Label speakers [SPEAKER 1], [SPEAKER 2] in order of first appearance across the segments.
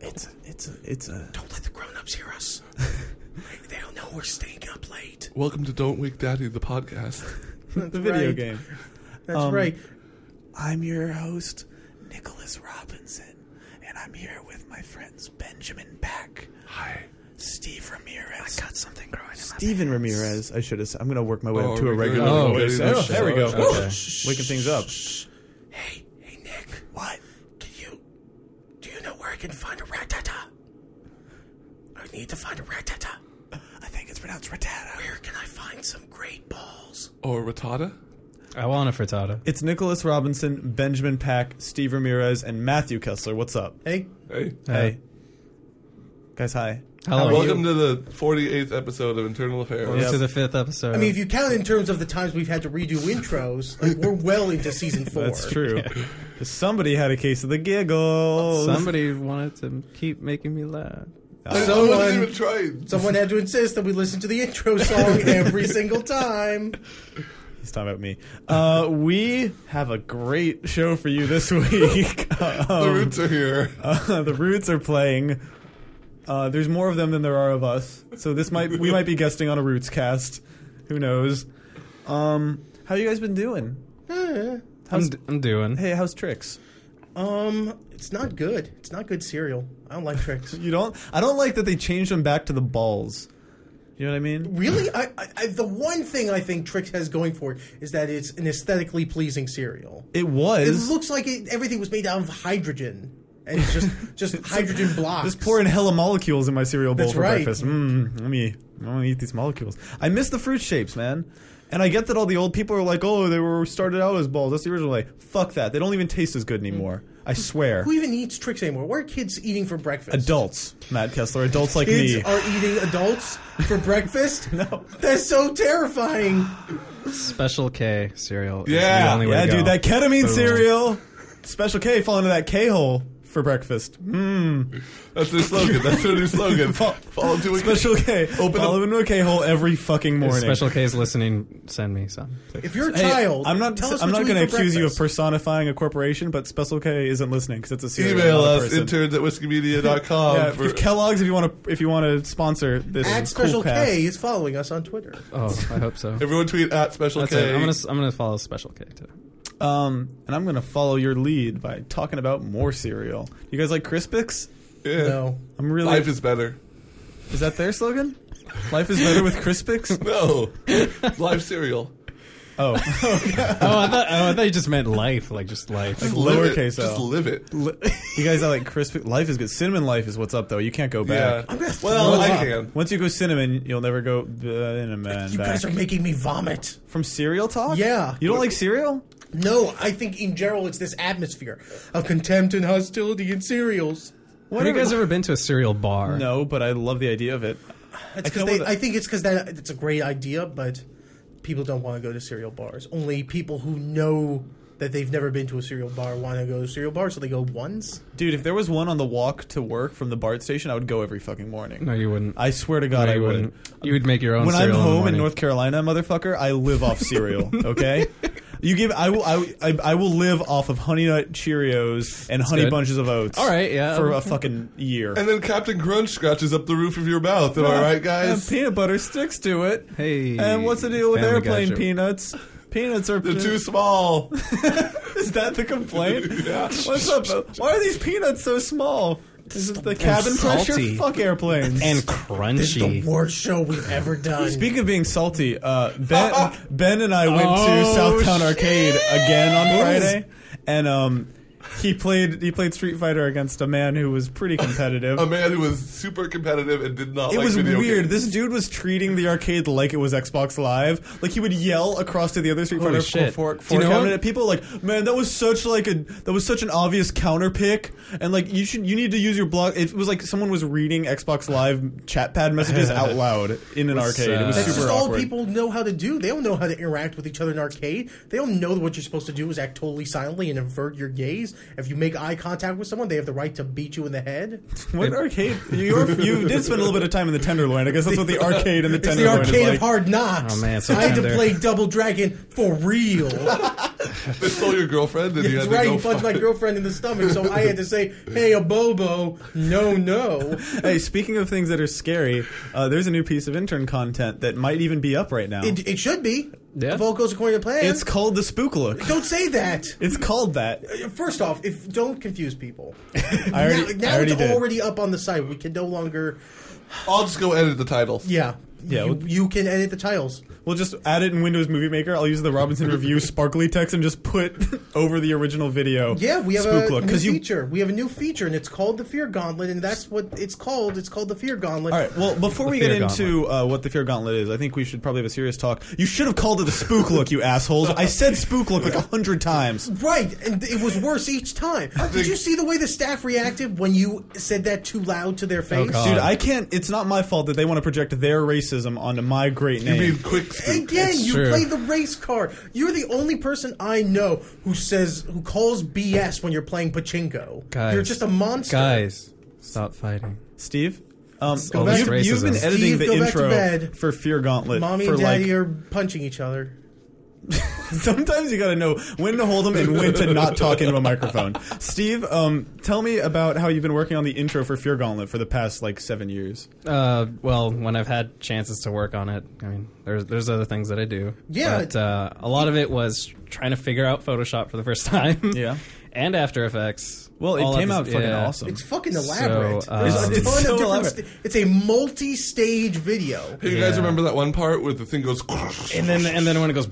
[SPEAKER 1] It's it's it's a
[SPEAKER 2] Don't let the grown-ups hear us. they don't know we're staying up late.
[SPEAKER 3] Welcome to Don't Wake Daddy, the podcast.
[SPEAKER 1] the video
[SPEAKER 2] right.
[SPEAKER 1] game.
[SPEAKER 2] That's
[SPEAKER 1] Um,
[SPEAKER 2] right. I'm your host, Nicholas Robinson, and I'm here with my friends Benjamin Beck,
[SPEAKER 3] Hi.
[SPEAKER 2] Steve Ramirez. I got something growing in
[SPEAKER 1] Steven Ramirez. I should have. said- I'm going to work my way
[SPEAKER 3] Oh,
[SPEAKER 1] up to
[SPEAKER 3] are
[SPEAKER 1] a
[SPEAKER 3] we
[SPEAKER 1] regular
[SPEAKER 3] good?
[SPEAKER 1] voice.
[SPEAKER 3] Oh,
[SPEAKER 1] Oh, there we go.
[SPEAKER 3] okay.
[SPEAKER 1] Waking things up.
[SPEAKER 2] Hey, hey, Nick. What? Can you? Do you know where I can find a ratata? I need to find a ratata. I think it's pronounced ratata. Where can I find some great balls?
[SPEAKER 3] Or Rattata?
[SPEAKER 4] I want a frittata.
[SPEAKER 1] It's Nicholas Robinson, Benjamin Pack, Steve Ramirez, and Matthew Kessler. What's up?
[SPEAKER 2] Hey,
[SPEAKER 3] Hey.
[SPEAKER 4] Uh,
[SPEAKER 1] Hey, guys, hi.
[SPEAKER 4] Hello.
[SPEAKER 3] Welcome to the 48th episode of Internal
[SPEAKER 1] Oh,
[SPEAKER 3] Affairs.
[SPEAKER 4] to the fifth episode.
[SPEAKER 5] I mean, if you count in terms of the times we've had to redo intros, like we're well into season four.
[SPEAKER 1] That's true. 'Cause Somebody had a case of the giggles.
[SPEAKER 4] somebody wanted to keep making me laugh.
[SPEAKER 3] I wasn't even
[SPEAKER 5] Someone,
[SPEAKER 3] trying.
[SPEAKER 5] someone had to insist that we listen to the intro song every single time.
[SPEAKER 1] He's talking about me. Uh, we have a great show for you this week.
[SPEAKER 3] the
[SPEAKER 1] Um,
[SPEAKER 3] roots are here.
[SPEAKER 1] uh, the Roots are playing. Uh, there's more of them than there are of us, so this might we might be guesting on a Roots cast. Who knows? Um, how you guys been doing?
[SPEAKER 4] I'm, d- I'm doing.
[SPEAKER 1] Hey, how's tricks?
[SPEAKER 5] Um, it's not good. It's not good cereal. I don't like tricks.
[SPEAKER 1] You don't? I don't like that they changed them back to the balls. You know what I mean?
[SPEAKER 5] Really, I, I, I the one thing I think Trix has going for it is that it's an aesthetically pleasing cereal.
[SPEAKER 1] It
[SPEAKER 5] It
[SPEAKER 1] was.
[SPEAKER 5] looks like it, everything was made out of hydrogen and it's just just hydrogen blocks.
[SPEAKER 1] just pouring hella molecules in my cereal bowl
[SPEAKER 5] That's
[SPEAKER 1] for
[SPEAKER 5] right.
[SPEAKER 1] breakfast. Mm, let me, I'm gonna eat these molecules. I miss the fruit shapes, man. And I get that all the old people are like, "Oh, they were started out as balls." That's the original. Like, fuck that. They don't even taste as good anymore. I swear.
[SPEAKER 5] Who even eats Trix anymore? What are kids eating for breakfast?
[SPEAKER 1] Adults, Matt Kessler. Adults like
[SPEAKER 5] kids
[SPEAKER 1] me.
[SPEAKER 5] are eating adults for breakfast? no. That's so terrifying.
[SPEAKER 4] Special K cereal. is
[SPEAKER 3] Yeah.
[SPEAKER 4] the only way
[SPEAKER 1] yeah,
[SPEAKER 4] to go.
[SPEAKER 1] dude. That ketamine
[SPEAKER 4] Boom.
[SPEAKER 1] cereal. Special K fall into that K hole for breakfast.
[SPEAKER 3] That's their slogan. That's their new slogan. Fall, fall into a
[SPEAKER 1] Special K.
[SPEAKER 3] Open
[SPEAKER 1] fall
[SPEAKER 3] up-
[SPEAKER 1] into a K hole every fucking
[SPEAKER 4] If
[SPEAKER 1] morning.
[SPEAKER 4] Special K is listening. Send me some. please.
[SPEAKER 5] If you're a
[SPEAKER 1] Hey,
[SPEAKER 5] child,
[SPEAKER 1] I'm not.
[SPEAKER 5] Tell us
[SPEAKER 1] I'm
[SPEAKER 5] what
[SPEAKER 1] not
[SPEAKER 5] you
[SPEAKER 1] going to
[SPEAKER 5] eat for
[SPEAKER 1] accuse you of
[SPEAKER 5] breakfast.
[SPEAKER 1] personifying a corporation, but Special K isn't listening because it's a serial.
[SPEAKER 3] Email
[SPEAKER 1] not a
[SPEAKER 3] us
[SPEAKER 1] person.
[SPEAKER 3] interns at whiskeymedia.com.
[SPEAKER 1] yeah,
[SPEAKER 3] Um, for,
[SPEAKER 1] if Kellogg's, if you want to, if you want to sponsor this
[SPEAKER 5] At
[SPEAKER 1] cool
[SPEAKER 5] Special
[SPEAKER 1] cast.
[SPEAKER 5] K is following us on Twitter.
[SPEAKER 4] Oh, I hope so.
[SPEAKER 3] everyone tweet at Special
[SPEAKER 4] That's
[SPEAKER 3] K.
[SPEAKER 4] it. I'm gonna s- I'm gonna follow Special K today.
[SPEAKER 1] Um, and I'm going to follow your lead by talking about more cereal. You guys like Crispix?
[SPEAKER 3] Yeah.
[SPEAKER 5] No.
[SPEAKER 1] I'm really.
[SPEAKER 3] Life is better.
[SPEAKER 1] is that their slogan? Life is better with Crispix.
[SPEAKER 3] No. Live cereal.
[SPEAKER 1] Oh,
[SPEAKER 4] oh, I thought oh, I thought you just meant life, like just life.
[SPEAKER 3] Just live it.
[SPEAKER 1] lowercase
[SPEAKER 3] Just
[SPEAKER 1] L.
[SPEAKER 3] live it.
[SPEAKER 1] you guys are like Crispix. Life is good. Cinnamon life is what's up though. You can't go
[SPEAKER 3] Yeah.
[SPEAKER 1] back.
[SPEAKER 3] Well, I can.
[SPEAKER 1] Once you go cinnamon, you'll never go cinnamon back.
[SPEAKER 5] You guys are making me vomit.
[SPEAKER 1] From cereal talk?
[SPEAKER 5] Yeah.
[SPEAKER 1] You don't like cereal?
[SPEAKER 5] No, I think in general it's this atmosphere of contempt and hostility in cereals.
[SPEAKER 4] Have you guys ever been to a cereal bar?
[SPEAKER 1] No, but I love the idea of it.
[SPEAKER 5] It's
[SPEAKER 1] I
[SPEAKER 5] because
[SPEAKER 1] feel
[SPEAKER 5] they.
[SPEAKER 1] that-
[SPEAKER 5] I think it's because that it's a great idea, but people don't want to go to cereal bars. Only people who know that they've never been to a cereal bar want to go to a cereal bar, so they go once.
[SPEAKER 1] Dude, if there was one on the walk to work from the BART station, I would go every fucking morning.
[SPEAKER 4] No, you wouldn't.
[SPEAKER 1] I swear to God,
[SPEAKER 4] No,
[SPEAKER 1] I
[SPEAKER 4] you
[SPEAKER 1] would.
[SPEAKER 4] wouldn't. You would make your own.
[SPEAKER 1] When I'm
[SPEAKER 4] cereal
[SPEAKER 1] home
[SPEAKER 4] in,
[SPEAKER 1] in,
[SPEAKER 4] the morning.
[SPEAKER 1] North Carolina, motherfucker, I live off cereal. Okay, you give I will I, I, I will live off of Honey Nut Cheerios and Honey
[SPEAKER 4] good.
[SPEAKER 1] Bunches of Oats.
[SPEAKER 4] All right, yeah.
[SPEAKER 1] for a fucking year.
[SPEAKER 3] And then Captain Crunch scratches up the roof of your mouth. Am I right, guys?
[SPEAKER 1] And peanut butter sticks to it.
[SPEAKER 4] Hey,
[SPEAKER 1] and what's the deal with
[SPEAKER 4] Family Guy
[SPEAKER 1] airplane
[SPEAKER 4] joke.
[SPEAKER 1] peanuts? Peanuts are
[SPEAKER 3] They're too small.
[SPEAKER 1] Is that the complaint?
[SPEAKER 3] Yeah.
[SPEAKER 1] What's up? Why are these peanuts so small? Is it the cabin pressure?
[SPEAKER 4] salty.
[SPEAKER 1] Fuck airplanes.
[SPEAKER 4] and
[SPEAKER 5] This is the
[SPEAKER 4] crunchy.
[SPEAKER 5] worst show we've ever done.
[SPEAKER 1] Speaking of being salty, uh, Ben Ben and I went
[SPEAKER 4] Oh,
[SPEAKER 1] to Southtown Arcade again on Friday, and um, he played he played Street Fighter against a man who was pretty competitive.
[SPEAKER 4] Um,
[SPEAKER 3] a man who was super competitive and did not
[SPEAKER 1] it
[SPEAKER 3] like
[SPEAKER 1] was
[SPEAKER 3] video
[SPEAKER 1] weird.
[SPEAKER 3] games.
[SPEAKER 1] This dude was treating the arcade like it was Xbox Live. Like he would yell across to the other Street
[SPEAKER 4] Holy
[SPEAKER 1] Fighter
[SPEAKER 4] shit.
[SPEAKER 1] for,
[SPEAKER 4] Do
[SPEAKER 1] for
[SPEAKER 4] you know
[SPEAKER 1] cabinet
[SPEAKER 4] him?
[SPEAKER 1] at people. Like, man, that was such like a that was such an obvious counter pick. And like you should you need to use your block. It was like someone was reading Xbox Live chat pad messages out loud in an
[SPEAKER 4] That's,
[SPEAKER 1] arcade. It was
[SPEAKER 4] uh,
[SPEAKER 5] That's
[SPEAKER 1] super
[SPEAKER 5] just all
[SPEAKER 1] awkward.
[SPEAKER 5] people know how to do. They don't know how to interact with each other in arcade. They don't know that what you're supposed to do is act totally silently and avert your gaze. If you make eye contact with someone, they have the right to beat you in the head.
[SPEAKER 1] What arcade? You you did spend a little bit of time in the Tenderloin. I guess that's what the arcade and the
[SPEAKER 5] It's the
[SPEAKER 1] Tenderloin
[SPEAKER 5] arcade
[SPEAKER 1] is like.
[SPEAKER 5] of hard knocks.
[SPEAKER 4] Oh, man, it's so
[SPEAKER 5] I had to
[SPEAKER 4] tender.
[SPEAKER 5] play Double Dragon for real.
[SPEAKER 3] They stole your girlfriend and you
[SPEAKER 5] That's
[SPEAKER 3] had to
[SPEAKER 5] right,
[SPEAKER 3] go
[SPEAKER 5] he punched my
[SPEAKER 3] find-
[SPEAKER 5] girlfriend in the stomach, so I had to say, hey, a Bobo, no, no.
[SPEAKER 1] Hey, speaking of things that are scary, uh, there's a new piece of intern content that might even be up right now.
[SPEAKER 5] It, it should be.
[SPEAKER 4] Yeah.
[SPEAKER 5] If all goes according to plan.
[SPEAKER 1] it's called the spook look.
[SPEAKER 5] don't say that.
[SPEAKER 1] It's called that.
[SPEAKER 5] First off, if don't confuse people.
[SPEAKER 1] I already,
[SPEAKER 5] now now
[SPEAKER 1] I already
[SPEAKER 5] it's
[SPEAKER 1] did.
[SPEAKER 5] already up on the site. We can no longer.
[SPEAKER 3] I'll just go edit the title.
[SPEAKER 5] Yeah.
[SPEAKER 1] Yeah,
[SPEAKER 5] You,
[SPEAKER 1] well-
[SPEAKER 5] you can edit the titles.
[SPEAKER 1] We'll just add it in Windows Movie Maker. I'll use the Robinson Review sparkly text and just put over the original video.
[SPEAKER 5] Yeah, we have
[SPEAKER 1] spook
[SPEAKER 5] a
[SPEAKER 1] look
[SPEAKER 5] new
[SPEAKER 1] because you.
[SPEAKER 5] feature. We have a new feature, and it's called the Fear Gauntlet, and that's what it's called. It's called the Fear Gauntlet.
[SPEAKER 1] All right. Well, before we
[SPEAKER 4] Fear
[SPEAKER 1] get into uh, what the fear gauntlet is, I think we should probably have a serious talk. You should have called it the spook look, you assholes. I said spook look like a hundred times.
[SPEAKER 5] Right, and it was worse each time. Did
[SPEAKER 3] think-
[SPEAKER 5] you see the way the staff reacted when you said that too loud to
[SPEAKER 1] Oh,
[SPEAKER 5] their face?
[SPEAKER 4] God.
[SPEAKER 1] Dude, I can't. It's not my fault that they want to project their racism onto my great
[SPEAKER 3] You
[SPEAKER 1] name.
[SPEAKER 3] mean quick spook.
[SPEAKER 5] Again,
[SPEAKER 4] It's
[SPEAKER 5] you
[SPEAKER 4] true.
[SPEAKER 5] play the race card. You're the only person I know who says who calls BS when you're playing pachinko.
[SPEAKER 4] Guys.
[SPEAKER 5] you're just a monster.
[SPEAKER 4] Guys, stop fighting.
[SPEAKER 1] Steve, um,
[SPEAKER 4] all
[SPEAKER 1] you've,
[SPEAKER 4] this
[SPEAKER 1] you've been
[SPEAKER 4] racism.
[SPEAKER 1] editing
[SPEAKER 5] Steve,
[SPEAKER 1] the
[SPEAKER 5] go back to
[SPEAKER 1] intro
[SPEAKER 5] bed.
[SPEAKER 1] for Fear Gauntlet
[SPEAKER 5] Mommy
[SPEAKER 1] for
[SPEAKER 5] and daddy
[SPEAKER 1] like.
[SPEAKER 5] are punching each other.
[SPEAKER 1] sometimes you got to know when to hold them and when to not talk into a microphone. Steve, um, tell me about how you've been working on the intro for Fear Gauntlet for the past like seven years.
[SPEAKER 4] Uh, well, when I've had chances to work on it, I mean, there's there's other things that I do.
[SPEAKER 5] Yeah.
[SPEAKER 4] but uh, a lot of it was trying to figure out Photoshop for the first time.
[SPEAKER 1] Yeah.
[SPEAKER 4] and After Effects.
[SPEAKER 1] Well, it
[SPEAKER 4] All
[SPEAKER 1] came
[SPEAKER 4] at
[SPEAKER 1] out
[SPEAKER 4] the-
[SPEAKER 1] fucking
[SPEAKER 4] yeah.
[SPEAKER 1] awesome.
[SPEAKER 5] It's fucking elaborate.
[SPEAKER 4] So,
[SPEAKER 5] There's
[SPEAKER 4] um,
[SPEAKER 1] Um, uh,
[SPEAKER 5] a ton
[SPEAKER 1] It's so
[SPEAKER 5] of different
[SPEAKER 1] elaborate.
[SPEAKER 5] sta- it's a multi-stage video.
[SPEAKER 3] Hey, you guys
[SPEAKER 4] Yeah.
[SPEAKER 3] remember that one part where the thing goes?
[SPEAKER 4] And then and then when it goes,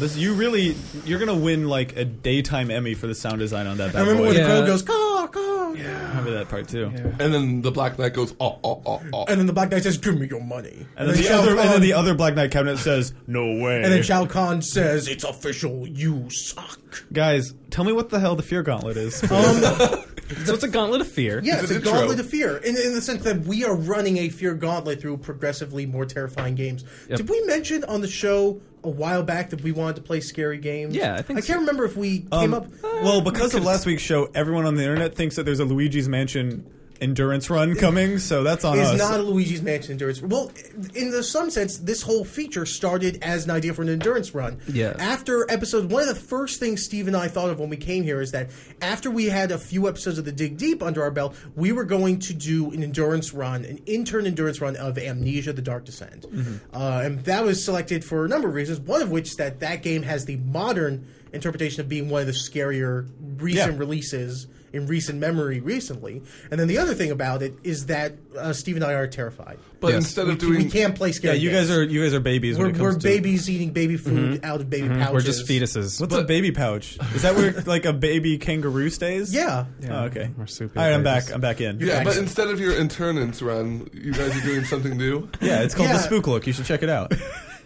[SPEAKER 1] This, you really, you're gonna win like a daytime Emmy for the sound design on that. Bad
[SPEAKER 5] I remember
[SPEAKER 1] boy.
[SPEAKER 5] when
[SPEAKER 4] Yeah.
[SPEAKER 5] the crow goes caw caw,
[SPEAKER 1] I remember that part too.
[SPEAKER 3] and then the black knight goes. Oh, oh, oh, oh.
[SPEAKER 5] and then the black guy says, "Give me your money."
[SPEAKER 1] And then, the
[SPEAKER 5] Shao
[SPEAKER 1] other, and
[SPEAKER 5] Kahn-
[SPEAKER 1] then the other Black Knight cabinet says, "No way."
[SPEAKER 5] and then Shao Kahn says, "It's official. You suck." Um,
[SPEAKER 1] Guys, tell me what the hell the Fear Gauntlet is.
[SPEAKER 4] so it's a gauntlet of fear.
[SPEAKER 5] Yeah, it's,
[SPEAKER 3] an
[SPEAKER 5] a
[SPEAKER 3] intro.
[SPEAKER 5] gauntlet of fear in, in the sense that we are running a fear gauntlet through progressively more terrifying games. Did we mention on the show a while back that we wanted to play scary games?
[SPEAKER 4] Yeah, I think
[SPEAKER 5] I
[SPEAKER 4] so.
[SPEAKER 5] can't remember if we came up.
[SPEAKER 1] Um, well, because of last week's show, everyone on the internet thinks that there's a Luigi's Mansion endurance run coming, so that's on
[SPEAKER 5] Is
[SPEAKER 1] us.
[SPEAKER 5] not a Luigi's Mansion endurance. Well, in the, some sense, this whole feature started as an idea for an endurance run.
[SPEAKER 4] Yeah.
[SPEAKER 5] After episode one of the first things Steve and I thought of when we came here is that after we had a few episodes of the Dig Deep under our belt, we were going to do an endurance run, an intern endurance run of Amnesia: The Dark Descent,
[SPEAKER 1] Mm-hmm.
[SPEAKER 5] uh, and that was selected for a number of reasons. One of which is that that game has the modern interpretation of being one of the scarier recent
[SPEAKER 1] Yeah.
[SPEAKER 5] releases in recent memory recently. And then the other thing about it is that uh, Steve and I are terrified.
[SPEAKER 3] but instead of doing,
[SPEAKER 5] we can't play
[SPEAKER 1] yeah,
[SPEAKER 5] scary.
[SPEAKER 1] you guys
[SPEAKER 5] games.
[SPEAKER 1] are you guys are babies. when
[SPEAKER 5] We're,
[SPEAKER 1] it
[SPEAKER 5] we're
[SPEAKER 1] comes to- Mm-hmm.
[SPEAKER 5] babies eating baby food out of baby pouches.
[SPEAKER 4] We're just fetuses.
[SPEAKER 1] What's a baby pouch? Is that where like a baby kangaroo stays?
[SPEAKER 5] Yeah.
[SPEAKER 1] Oh, okay.
[SPEAKER 4] marsupial
[SPEAKER 1] All right, I'm
[SPEAKER 4] babies.
[SPEAKER 1] back. I'm back in.
[SPEAKER 3] yeah, but
[SPEAKER 5] Excellent.
[SPEAKER 3] instead of your internance run, you guys are doing something new.
[SPEAKER 1] Yeah, it's called the
[SPEAKER 5] Yeah.
[SPEAKER 1] spook look. You should check it out.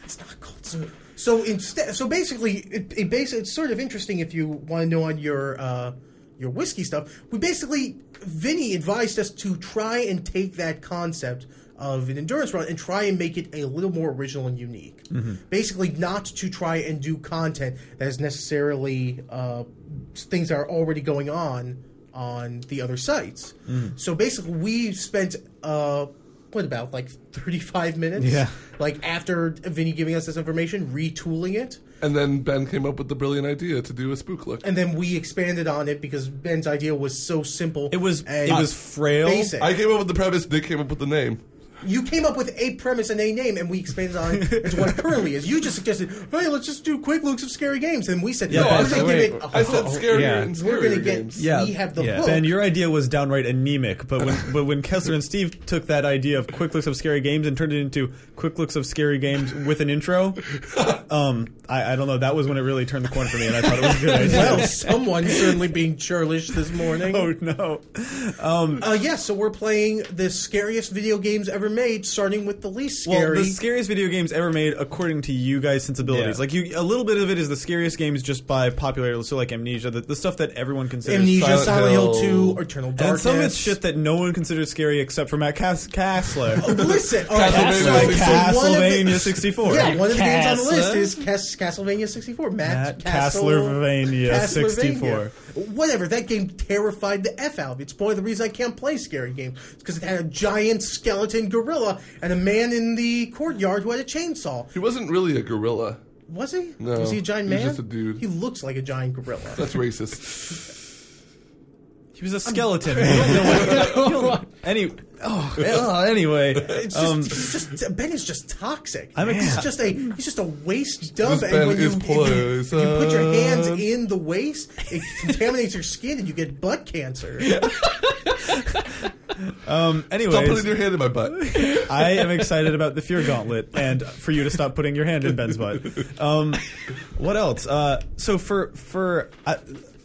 [SPEAKER 5] It's not called spook. Mm. So instead, so basically, it, it basi- it's sort of interesting if you want to know on your uh, your whiskey stuff. We basically, Vinny advised us to try and take that concept of an endurance run and try and make it a little more original and unique. Basically, not to try and do content that is necessarily uh, things that are already going on on the other sites. So basically, we spent. Uh, what about like 35 minutes?
[SPEAKER 1] Yeah.
[SPEAKER 5] Like after Vinny giving us this information, retooling it,
[SPEAKER 3] And then Ben came up with the brilliant idea to do a spook look.
[SPEAKER 5] and then we expanded on it because Ben's idea was so simple.
[SPEAKER 1] It was
[SPEAKER 5] and
[SPEAKER 1] it was frail.
[SPEAKER 5] basic.
[SPEAKER 3] I came up with the premise. Nick came up with the name.
[SPEAKER 5] you came up with a premise and a name, and we expanded on it into what it currently is. You just suggested, hey, let's just do quick looks of scary games, and we said,
[SPEAKER 1] Yeah,
[SPEAKER 5] no, we're
[SPEAKER 1] Ben,
[SPEAKER 5] gonna
[SPEAKER 1] wait,
[SPEAKER 5] give it. a
[SPEAKER 3] I said
[SPEAKER 5] hook.
[SPEAKER 3] scarier
[SPEAKER 4] yeah.
[SPEAKER 3] and scarier
[SPEAKER 5] Oh, We're gonna get-
[SPEAKER 3] games.
[SPEAKER 5] Yeah. We have the book.
[SPEAKER 1] Ben, your idea was downright anemic, but when but when Kessler and Steve took that idea of quick looks of scary games and turned it into quick looks of scary games with an intro, um, I, I don't know. That was when it really turned the corner for me, and I thought it was a good idea.
[SPEAKER 5] Well, someone certainly being churlish this morning.
[SPEAKER 1] Oh no!
[SPEAKER 5] Uh, yeah, so we're playing the scariest video games ever made, starting with the least
[SPEAKER 1] Well,
[SPEAKER 5] scary.
[SPEAKER 1] the scariest video games ever made, according to you guys' sensibilities.
[SPEAKER 4] Yeah.
[SPEAKER 1] Like you, a little bit of it is the scariest games just by popular. So like Amnesia, the, the stuff that everyone considers
[SPEAKER 5] Amnesia,
[SPEAKER 1] silent-
[SPEAKER 5] Silent,
[SPEAKER 3] Hill.
[SPEAKER 5] Hill. 2, Eternal Darkness.
[SPEAKER 1] and some of it's shit that no one considers scary except for Matt Cas- Kassler.
[SPEAKER 5] Listen, oh,
[SPEAKER 3] Castlevania
[SPEAKER 5] that's right.
[SPEAKER 3] 64.
[SPEAKER 1] Castlevania 64.
[SPEAKER 5] So one of the- Yeah, one of the games on the
[SPEAKER 4] Castle.
[SPEAKER 5] list is Cas- Castlevania 64. Matt,
[SPEAKER 1] Matt
[SPEAKER 5] Castle-
[SPEAKER 1] Castlevania 64.
[SPEAKER 5] Castlevania. Whatever, that game terrified the F out of me. It's part of the reason I can't play scary games. because it had a giant skeleton gorilla and a man in the courtyard who had a chainsaw.
[SPEAKER 3] He wasn't really a gorilla.
[SPEAKER 5] Was he?
[SPEAKER 3] No,
[SPEAKER 5] Was he a giant
[SPEAKER 3] he
[SPEAKER 5] man?
[SPEAKER 3] was just a dude.
[SPEAKER 5] He looks like a giant gorilla.
[SPEAKER 3] That's racist.
[SPEAKER 1] He was a skeleton. You don't know what- you don't- any, oh, oh, anyway.
[SPEAKER 5] It's just,
[SPEAKER 1] Um,
[SPEAKER 5] he's just Ben is just toxic.
[SPEAKER 1] I'm
[SPEAKER 5] he's
[SPEAKER 1] ex-
[SPEAKER 5] just a he's just a waste dump.
[SPEAKER 3] This
[SPEAKER 5] and
[SPEAKER 3] Ben
[SPEAKER 5] when you,
[SPEAKER 3] is
[SPEAKER 5] if you- if you put your hands
[SPEAKER 3] poison.
[SPEAKER 5] in the waste, it contaminates your skin and you get butt cancer.
[SPEAKER 1] um,
[SPEAKER 3] Stop putting
[SPEAKER 1] anyways,
[SPEAKER 3] your hand in my butt.
[SPEAKER 1] I am excited about the Fear Gauntlet and for you to stop putting your hand in Ben's butt. Um, what else? Uh, so for for I,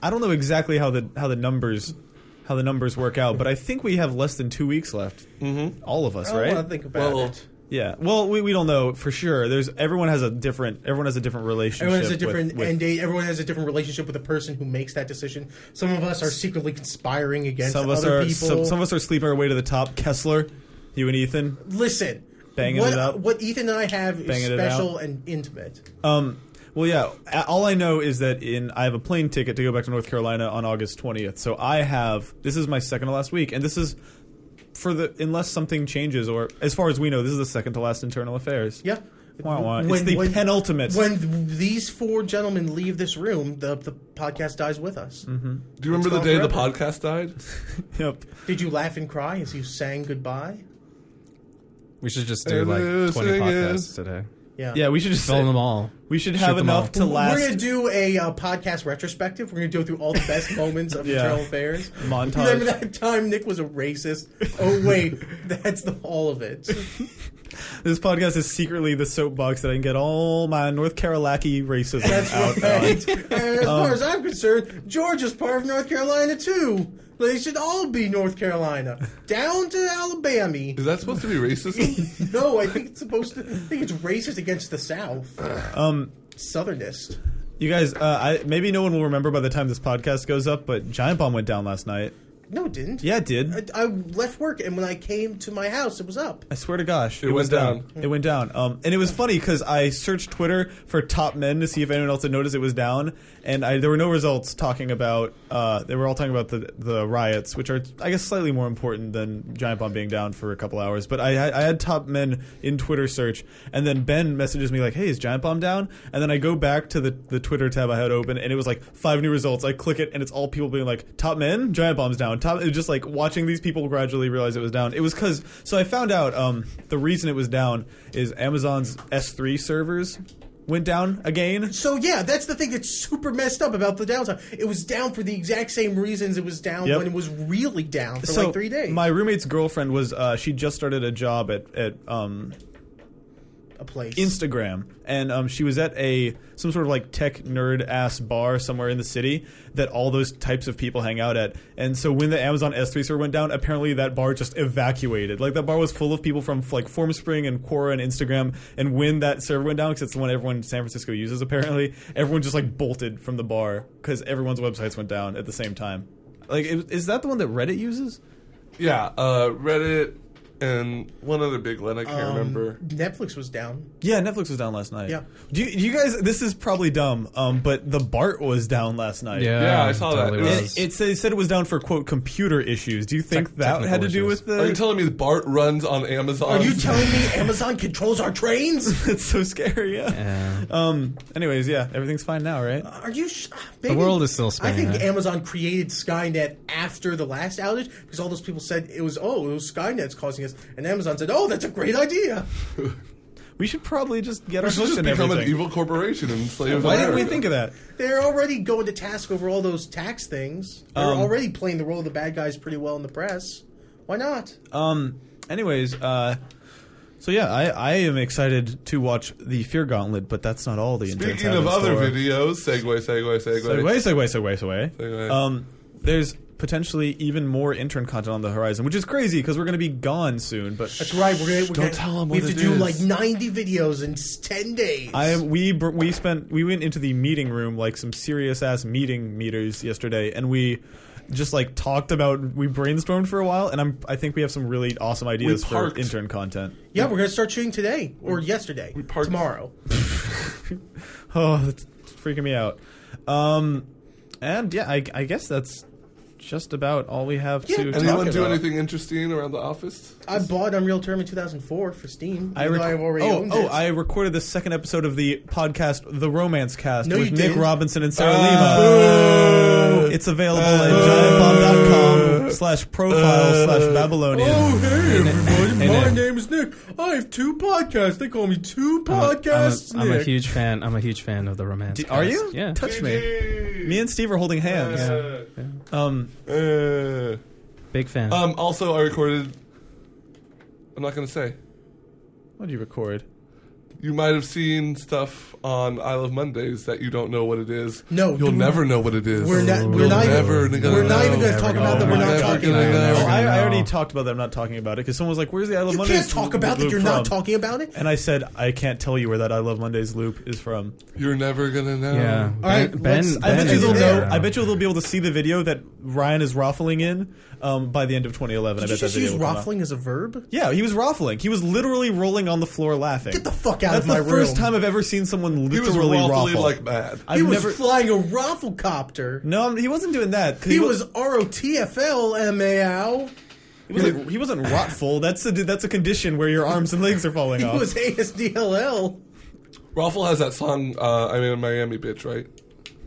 [SPEAKER 1] I don't know exactly how the how the numbers how the numbers work out, but I think we have less than two weeks left. Mm-hmm. All of us,
[SPEAKER 5] Oh, I
[SPEAKER 1] right?
[SPEAKER 5] want to think about
[SPEAKER 3] Well,
[SPEAKER 5] it.
[SPEAKER 1] Yeah. Well, we, we don't know for sure. There's everyone has a different everyone has a different relationship.
[SPEAKER 5] Everyone has a
[SPEAKER 1] with-
[SPEAKER 5] different
[SPEAKER 1] with-
[SPEAKER 5] end date. Everyone has a different relationship with the person who makes that decision. Some of us are secretly conspiring against
[SPEAKER 1] some of us
[SPEAKER 5] other
[SPEAKER 1] are
[SPEAKER 5] people.
[SPEAKER 1] some, some of us are sleeping our way to the top. Kessler, you and Ethan.
[SPEAKER 5] Listen,
[SPEAKER 1] Banging
[SPEAKER 5] what,
[SPEAKER 1] it up.
[SPEAKER 5] what Ethan and I have is
[SPEAKER 1] Banging it
[SPEAKER 5] special and intimate.
[SPEAKER 1] Um, well, yeah. a- All I know is that in I have a plane ticket to go back to North Carolina on August 20th. So I have this is my second to last week, and this is for the unless something changes or as far as we know, this is the second to last internal affairs.
[SPEAKER 5] Yeah.
[SPEAKER 1] Wah, wah. It's the penultimate.
[SPEAKER 5] When th- these four gentlemen leave this room, the, the podcast dies with us.
[SPEAKER 1] Mm-hmm.
[SPEAKER 3] Do you remember the
[SPEAKER 5] gone
[SPEAKER 3] day the
[SPEAKER 5] forever.
[SPEAKER 3] podcast died?
[SPEAKER 1] Yep.
[SPEAKER 5] Did you laugh and cry as you sang goodbye?
[SPEAKER 4] We should just do
[SPEAKER 3] And
[SPEAKER 4] like
[SPEAKER 3] it was
[SPEAKER 4] 20
[SPEAKER 3] singing.
[SPEAKER 4] podcasts today.
[SPEAKER 5] Yeah.
[SPEAKER 1] Yeah, we should just
[SPEAKER 4] Film them all.
[SPEAKER 1] We should
[SPEAKER 4] Shoot
[SPEAKER 1] have
[SPEAKER 4] them
[SPEAKER 1] enough
[SPEAKER 4] all.
[SPEAKER 1] to last.
[SPEAKER 5] We're going to do a uh, podcast retrospective. We're going to go through all the best moments of
[SPEAKER 1] Yeah.
[SPEAKER 5] Internal Affairs.
[SPEAKER 1] Montage.
[SPEAKER 5] Remember that time Nick was a racist? Oh, wait. That's the all of it.
[SPEAKER 1] This podcast is secretly the soapbox that I can get all my North Carolina racism
[SPEAKER 5] That's
[SPEAKER 1] out on.
[SPEAKER 5] right. And as far
[SPEAKER 1] Um,
[SPEAKER 5] as I'm concerned, Georgia's part of North Carolina, too. They should all be North Carolina. Down to Alabama.
[SPEAKER 3] Is that supposed to be racist?
[SPEAKER 5] No, I think it's supposed to. I think it's racist against the South.
[SPEAKER 1] Um,
[SPEAKER 5] Southernist.
[SPEAKER 1] you guys, uh, I, maybe no one will remember by the time this podcast goes up, but Giant Bomb went down last night.
[SPEAKER 5] No, it didn't.
[SPEAKER 1] Yeah, it did.
[SPEAKER 5] I, I left work, and when I came to my house, it was up.
[SPEAKER 1] I swear to gosh, it,
[SPEAKER 3] went
[SPEAKER 1] was It went down. Um, and it was funny because I searched Twitter for top men to see if anyone else had noticed it was down, and I, there were no results talking about. Uh, they were all talking about the the riots, which are I guess slightly more important than Giant Bomb being down for a couple hours. But I I had top men in Twitter search, and then Ben messages me like, "Hey, is Giant Bomb down?" And then I go back to the the Twitter tab I had open, and it was like five new results. I click it, and it's all people being like, "Top men, Giant Bomb's down." Top, it was just like watching these people gradually realize it was down. It was because so I found out um, the reason it was down is Amazon's S3 servers went down again.
[SPEAKER 5] So yeah, that's the thing that's super messed up about the downtime. It was down for the exact same reasons it was down
[SPEAKER 1] Yep.
[SPEAKER 5] when it was really down for like three days.
[SPEAKER 1] my roommate's girlfriend was uh, she just started a job at at um,
[SPEAKER 5] a place.
[SPEAKER 1] Instagram, and um, she was at a some sort of like tech nerd ass bar somewhere in the city that all those types of people hang out at. And so when the Amazon S3 server went down, apparently that bar just evacuated. Like that bar was full of people from like Formspring and Quora and Instagram. And when that server went down, because it's the one everyone in San Francisco uses, apparently everyone just like bolted from the bar because everyone's websites went down at the same time. Like, is is that the one that Reddit uses?
[SPEAKER 3] yeah, uh, Reddit and one other big one I can't
[SPEAKER 5] Um,
[SPEAKER 3] remember.
[SPEAKER 5] Netflix was down.
[SPEAKER 1] Yeah, Netflix was down last night.
[SPEAKER 5] Yeah.
[SPEAKER 1] Do you, do you guys? This is probably dumb, um, but the Bart was down last night.
[SPEAKER 4] Yeah,
[SPEAKER 3] Yeah, I saw that.
[SPEAKER 4] totally
[SPEAKER 3] It was-
[SPEAKER 1] It, it, said, it said it was down for quote computer issues. Do you think
[SPEAKER 4] Tec-
[SPEAKER 1] that
[SPEAKER 4] technical
[SPEAKER 1] had to do
[SPEAKER 4] issues.
[SPEAKER 1] with the?
[SPEAKER 3] Are you telling me that Bart runs on Amazon?
[SPEAKER 1] Oh,
[SPEAKER 5] Are you telling me Amazon controls our trains?
[SPEAKER 1] it's so scary. Yeah.
[SPEAKER 4] Yeah.
[SPEAKER 1] Um. Anyways, yeah, everything's fine now, right?
[SPEAKER 5] Are you? Sh- maybe-
[SPEAKER 4] world is still spinning,
[SPEAKER 5] I think
[SPEAKER 4] right?
[SPEAKER 5] Amazon created Skynet after the last outage because all those people said it was oh it was Skynet's causing us, and Amazon said oh that's a great idea.
[SPEAKER 1] We should probably just get
[SPEAKER 3] We
[SPEAKER 1] our
[SPEAKER 3] should
[SPEAKER 1] books
[SPEAKER 3] just
[SPEAKER 1] and
[SPEAKER 3] become an
[SPEAKER 1] everything.
[SPEAKER 3] evil corporation and slave
[SPEAKER 1] Why didn't we think of that?
[SPEAKER 5] They're already going to task over all those tax things. They're
[SPEAKER 1] Um,
[SPEAKER 5] already playing the role of the bad guys pretty well in the press. Why not?
[SPEAKER 1] Um. Anyways, uh. So yeah, I, I am excited to watch the Fear Gauntlet, but that's not all the intense
[SPEAKER 3] Speaking
[SPEAKER 1] have
[SPEAKER 3] of
[SPEAKER 1] in
[SPEAKER 3] other
[SPEAKER 1] store.
[SPEAKER 3] videos, segue, segue, segue.
[SPEAKER 1] Segway, segway, segway, segway.
[SPEAKER 3] Segway.
[SPEAKER 1] Um, there's potentially even more intern content on the horizon, which is crazy because we're going to be gone soon. But
[SPEAKER 5] That's right. We're gonna, we're
[SPEAKER 3] don't
[SPEAKER 5] gonna-
[SPEAKER 3] tell 'em
[SPEAKER 5] We
[SPEAKER 3] what
[SPEAKER 5] have to
[SPEAKER 3] it
[SPEAKER 5] do
[SPEAKER 3] is.
[SPEAKER 5] like ninety videos in s- ten days.
[SPEAKER 1] I we br- we spent we went into the meeting room like some serious ass meeting meters yesterday, and we just like talked about we brainstormed for a while, and I'm I think we have some really awesome ideas for
[SPEAKER 3] parked.
[SPEAKER 1] intern content.
[SPEAKER 5] yeah, we're gonna start shooting today or yesterday,
[SPEAKER 3] parked-
[SPEAKER 5] tomorrow.
[SPEAKER 1] Oh, that's freaking me out. Um, and yeah, I, I guess that's
[SPEAKER 4] just about all we have
[SPEAKER 5] Yeah.
[SPEAKER 4] to talk
[SPEAKER 3] Anyone
[SPEAKER 4] about.
[SPEAKER 3] do anything interesting around the office?
[SPEAKER 5] I bought Unreal Tournament 2004 for Steam.
[SPEAKER 1] I
[SPEAKER 5] even
[SPEAKER 1] rec-
[SPEAKER 5] though I've already
[SPEAKER 1] oh,
[SPEAKER 5] owned
[SPEAKER 1] oh,
[SPEAKER 5] it.
[SPEAKER 1] I recorded the second episode of the podcast, The Romance Cast,
[SPEAKER 5] No,
[SPEAKER 1] with
[SPEAKER 5] you
[SPEAKER 1] Nick
[SPEAKER 5] didn't. Ah,
[SPEAKER 1] Robinson and Sarah
[SPEAKER 3] Uh,
[SPEAKER 5] Uh,
[SPEAKER 1] Lima. It's available at giantbomb.com slash
[SPEAKER 3] uh,
[SPEAKER 1] profile
[SPEAKER 5] Uh,
[SPEAKER 1] slash Babylonian.
[SPEAKER 5] Oh, hey, everybody.
[SPEAKER 4] hey,
[SPEAKER 5] My
[SPEAKER 4] Nick.
[SPEAKER 5] name is Nick. I have two podcasts. They call me Two
[SPEAKER 4] I'm a- I'm a-
[SPEAKER 5] Podcasts
[SPEAKER 4] I'm, a,
[SPEAKER 5] Nick.
[SPEAKER 4] huge fan. I'm a huge fan of the romance.
[SPEAKER 1] Did- are
[SPEAKER 4] cast.
[SPEAKER 1] you?
[SPEAKER 4] Yeah.
[SPEAKER 1] Touch me. Me and Steve are holding hands.
[SPEAKER 3] Uh,
[SPEAKER 1] Um,
[SPEAKER 3] uh,
[SPEAKER 4] Big fan.
[SPEAKER 3] um, also, I recorded. I'm not gonna say.
[SPEAKER 1] what did you record?
[SPEAKER 3] You might have seen stuff on Isle of Mondays that you don't know what it is.
[SPEAKER 5] No,
[SPEAKER 3] you'll
[SPEAKER 5] dude,
[SPEAKER 3] never know what it is.
[SPEAKER 5] We're not. We're
[SPEAKER 3] You'll
[SPEAKER 5] not. Even,
[SPEAKER 3] never gonna
[SPEAKER 5] we're not
[SPEAKER 3] know.
[SPEAKER 5] even going to
[SPEAKER 4] Never
[SPEAKER 5] talk
[SPEAKER 4] gonna
[SPEAKER 5] about that.
[SPEAKER 4] know.
[SPEAKER 5] We're not
[SPEAKER 3] Never
[SPEAKER 5] talking
[SPEAKER 3] gonna
[SPEAKER 5] about
[SPEAKER 3] know.
[SPEAKER 5] it.
[SPEAKER 1] Oh, I, I
[SPEAKER 4] no.
[SPEAKER 1] already talked about that. I'm not talking about it because someone was like, "Where's the I Love
[SPEAKER 5] You
[SPEAKER 1] Mondays?"
[SPEAKER 5] can't talk about that.
[SPEAKER 1] loop
[SPEAKER 5] You're not
[SPEAKER 1] from?"
[SPEAKER 5] talking about it.
[SPEAKER 1] And I said, "I can't tell you where that I Love Mondays loop is from."
[SPEAKER 3] You're never gonna know.
[SPEAKER 4] yeah. Ben,
[SPEAKER 5] right, let's-
[SPEAKER 4] ben,
[SPEAKER 1] I bet,
[SPEAKER 4] Ben
[SPEAKER 1] you
[SPEAKER 4] is
[SPEAKER 1] they'll
[SPEAKER 4] there.
[SPEAKER 1] know, I bet you they'll be able to see the video that Ryan is ruffling in um, by the end of 2011.
[SPEAKER 5] Did
[SPEAKER 1] I
[SPEAKER 5] you
[SPEAKER 1] bet that
[SPEAKER 5] just
[SPEAKER 1] video
[SPEAKER 5] use
[SPEAKER 1] will come out.
[SPEAKER 5] ruffling as a verb?
[SPEAKER 1] Yeah, he was ruffling. He was literally rolling on the floor laughing.
[SPEAKER 5] Get the fuck out
[SPEAKER 1] That's
[SPEAKER 5] of my
[SPEAKER 1] the first
[SPEAKER 5] room.
[SPEAKER 1] time I've ever seen someone
[SPEAKER 3] He was
[SPEAKER 1] literally
[SPEAKER 3] awfully
[SPEAKER 1] ruffle.
[SPEAKER 3] like mad.
[SPEAKER 1] I've
[SPEAKER 5] He was
[SPEAKER 1] never.
[SPEAKER 5] flying a rafflecopter.
[SPEAKER 1] no, I'm- he wasn't doing that. 'cause
[SPEAKER 5] He
[SPEAKER 1] wa-
[SPEAKER 5] was R O T F L M A L.
[SPEAKER 1] He wasn't, he wasn't rotful. That's a that's a condition where your arms and legs are falling
[SPEAKER 5] He
[SPEAKER 1] off.
[SPEAKER 5] was A S D L L.
[SPEAKER 3] Raffle has that song. Uh, I'm in Miami, bitch. Right?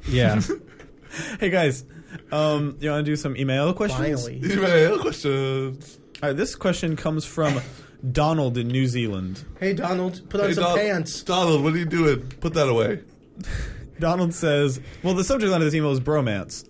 [SPEAKER 4] Yeah.
[SPEAKER 1] hey guys, um, you want to do some email questions?
[SPEAKER 5] Finally,
[SPEAKER 3] Email questions.
[SPEAKER 1] All right, this question comes from Donald in New Zealand.
[SPEAKER 5] hey Donald, put on
[SPEAKER 3] Hey,
[SPEAKER 5] some
[SPEAKER 3] Don-
[SPEAKER 5] pants.
[SPEAKER 3] Donald, what are you doing? Put that away.
[SPEAKER 1] Donald says, "Well, the subject line of this email is bromance.